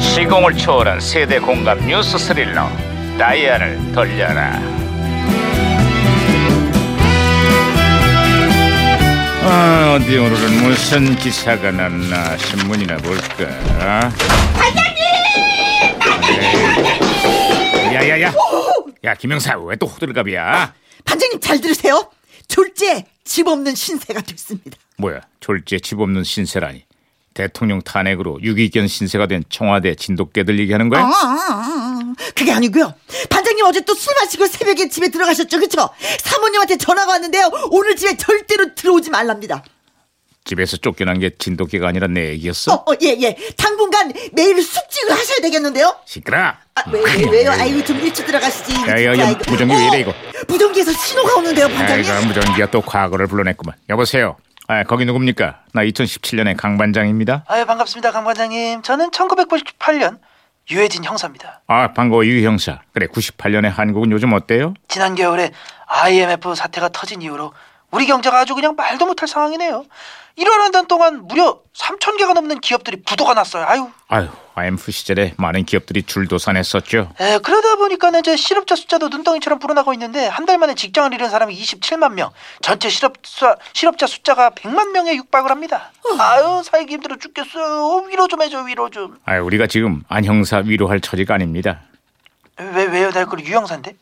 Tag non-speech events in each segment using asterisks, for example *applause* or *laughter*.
시공을 초월한 세대 공감 뉴스 스릴러 다이아를 돌려라 아 어디 오늘은 무슨 기사가 났나 신문이나 볼까 반장님 야야야 야 김영사 왜 또 호들갑이야 반장님 잘 들으세요. 둘째 집 없는 신세가 됐습니다. 뭐야 졸지에 집 없는 신세라니 대통령 탄핵으로 유기견 신세가 된 청와대 진돗개 들리게 하는 아, 거야? 아, 아. 그게 아니고요. 반장님 어제 또 술 마시고 새벽에 집에 들어가셨죠, 그렇죠? 사모님한테 전화가 왔는데요. 오늘 집에 절대로 들어오지 말랍니다. 집에서 쫓겨난 게 진돗개가 아니라 내 어, 얘기였어? 어, 예, 예. 당분간 매일 숙직을 하셔야 되겠는데요. 시끄러! 아, 왜, 왜, 왜요? 아이고 좀 일찍 들어가시지. 이거 음. 야, 야, 진짜 야, 이거. 무전기 왜 이래, 이거? 무전기에서 신호가 오는데요, 반장님. 아이고 무전기가 또 과거를 불러냈구만 여보세요 아, 거기 누굽니까? 나 2017년의 강반장입니다 아유 반갑습니다 강 관장님 저는 1988년 유해진 형사입니다 아 반가워 유 형사 그래 98년의 한국은 요즘 어때요? 지난 겨울에 IMF 사태가 터진 이후로 우리 경제가 아주 그냥 말도 못할 상황이네요 1월 한 달 동안 무려 3천 개가 넘는 기업들이 부도가 났어요 아유 아휴 IMF 시절에 많은 기업들이 줄도산했었죠 에, 그러다 보니까 이제 실업자 숫자도 눈덩이처럼 불어나고 있는데 한 달 만에 직장을 잃은 사람이 27만 명 전체 실업자, 실업자 숫자가 100만 명에 육박을 합니다 아유 살기 힘들어 죽겠어요 위로 좀 해줘 위로 좀왜 아, 우리가 지금 안 형사 위로할 처지가 아닙니다 왜요 날 그걸 유형사인데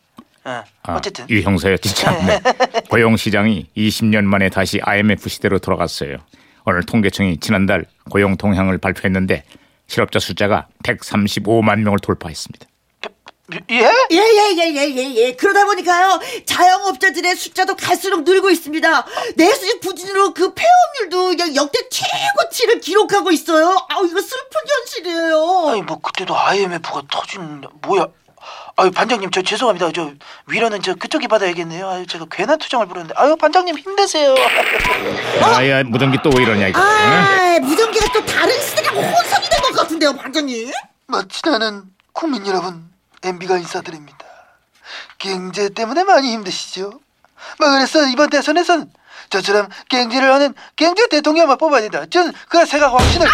어, 아, 어쨌든 이 형사였지 *laughs* 참네. 고용 시장이 20년 만에 다시 IMF 시대로 돌아갔어요. 오늘 통계청이 지난달 고용 동향을 발표했는데 실업자 숫자가 135만 명을 돌파했습니다. 예? 예, 예, 예, 예, 예, 예. 그러다 보니까요, 자영업자들의 숫자도 갈수록 늘고 있습니다. 내수입 부진으로 그 폐업률도 그냥 역대 최고치를 기록하고 있어요. 아우, 이거 슬픈 현실이에요. 아니 뭐 그때도 IMF가 터진 뭐야? 아유 반장님 저 죄송합니다. 저 위로는 저 그쪽이 받아야겠네요. 아유 제가 괜한 투정을 부렸는데 아유 반장님 힘내세요. 아야 무전기 또 왜 이러냐 이거. 응? 아, 무전기가 또 다른 시대가 혼선이 된 것 같은데요, 반장님? 마치 나는 국민 여러분 MB가 인사드립니다. 경제 때문에 많이 힘드시죠? 막 그래서 이번 대선에선 저처럼 경제를 하는 경제 대통령만 뽑아야 된다. 저는 그런 생각 확신을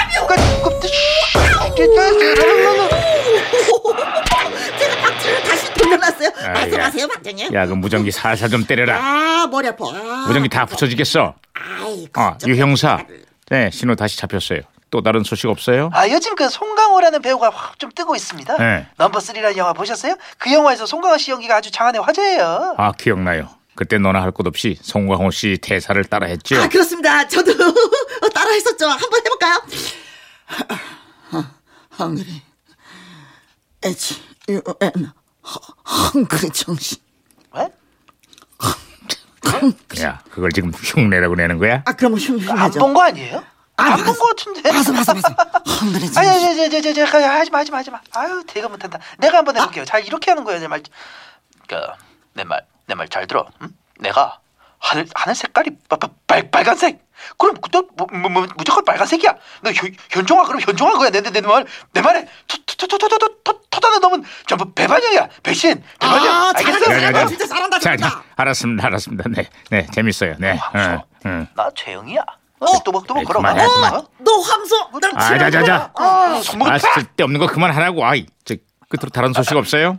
제가 박지를 다시 돌려놨어요. 아, 말씀하세요, 야. 반장님. 야, 그 무전기 살살 좀 때려라. 아, 머리 아파. 아, 무전기 다 붙여지겠어. 아이, 아, 진짜. 유 형사. 네, 신호 다시 잡혔어요. 또 다른 소식 없어요? 아 요즘 그 송강호라는 배우가 확 좀 뜨고 있습니다. 네. 넘버 3라는 영화 보셨어요? 그 영화에서 송강호 씨 연기가 아주 장안의 화제예요. 아, 기억나요. 그때 너나 할 것 없이 송광호 씨 대사를 따라했죠. 아, 그렇습니다. 저도 *laughs* 따라 했었죠. 한번 해볼까요? 헝그리. H, U, N. 헝그리 정신. 왜? 야, 그걸 지금 흉내라고 내는 거야? 아, 그럼 흉, 흉하죠. 안 본 거 아니에요? 아, 안 본 거 같은데. 봐서, 봐서, 봐서. 헝그리 아니, 정신. 아니, 아니, 아니, 아니, 하지 마, 하지 마, 하지 마. 아유, 대가 못한다. 내가 한번 해볼게요. 잘 이렇게 하는 거야, 내 말. 그러니까 내 말, 내 말 잘 들어. 응? 내가 하늘 하늘 색깔이 바, 바, 빨 빨간색. 그럼 그때 뭐, 뭐, 뭐, 무조건 빨간색이야. 너 현, 현종아 그럼 현종아 그야 내 내 말 내 말에 토토토토토토 토다는 놈은 전부 배반형이야. 배신 배반형. 아, 알겠어? 잘한다, 네, 잘한다. 어? 진짜 잘한다, 자, 잘한다. 자, 알았습니다, 알았습니다. 네, 네, 재밌어요. 네, 응, 황소. 응. 아, 나 최영이야. 어? 또박또박 에이, 걸어가. 그만해, 그만. 어? 너 황소, 나 아, 자, 지랄 자, 자. 거야. 아, 손목을 아, 팍! 쓸데없는 거 그만하라고. 아이, 저 끝으로 다른 소식 없어요?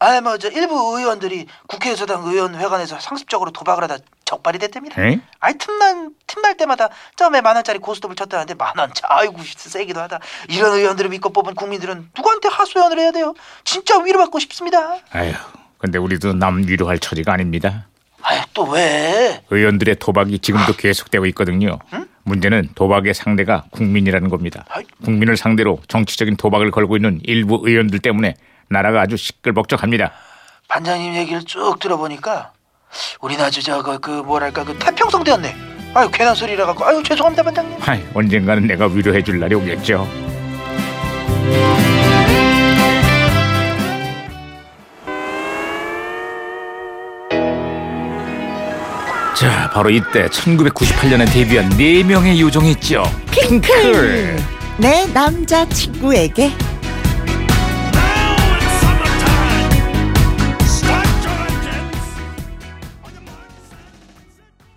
아, 뭐, 저 일부 의원들이 국회의사당 의원회관에서 상습적으로 도박을 하다 적발이 됐답니다. 에? 아이, 틈난, 틈날 때마다 점에 만 원짜리 고스톱을 쳤다는데 만 원짜, 아이고, 세기도 하다. 이런 의원들을 믿고 뽑은 국민들은 누구한테 하소연을 해야 돼요? 진짜 위로받고 싶습니다. 아휴, 근데 우리도 남 위로할 처지가 아닙니다. 아이, 또 왜? 의원들의 도박이 아. 지금도 계속되고 있거든요. 문제는 도박의 상대가 국민이라는 겁니다. 아이. 국민을 상대로 정치적인 도박을 걸고 있는 일부 의원들 때문에 나라가 아주 시끌벅적합니다. 반장님 얘기를 쭉 들어보니까 우리 아주 저거, 그, 뭐랄까, 그, 태평성대였네. 아유, 괜한 소리라 갖고. 아유, 죄송합니다, 반장님. 아이, 언젠가는 내가 위로해 줄 날이 오겠죠. 자, 바로 이때 1998년에 데뷔한 네 명의 요정이 있죠. 핑클. 내 남자친구에게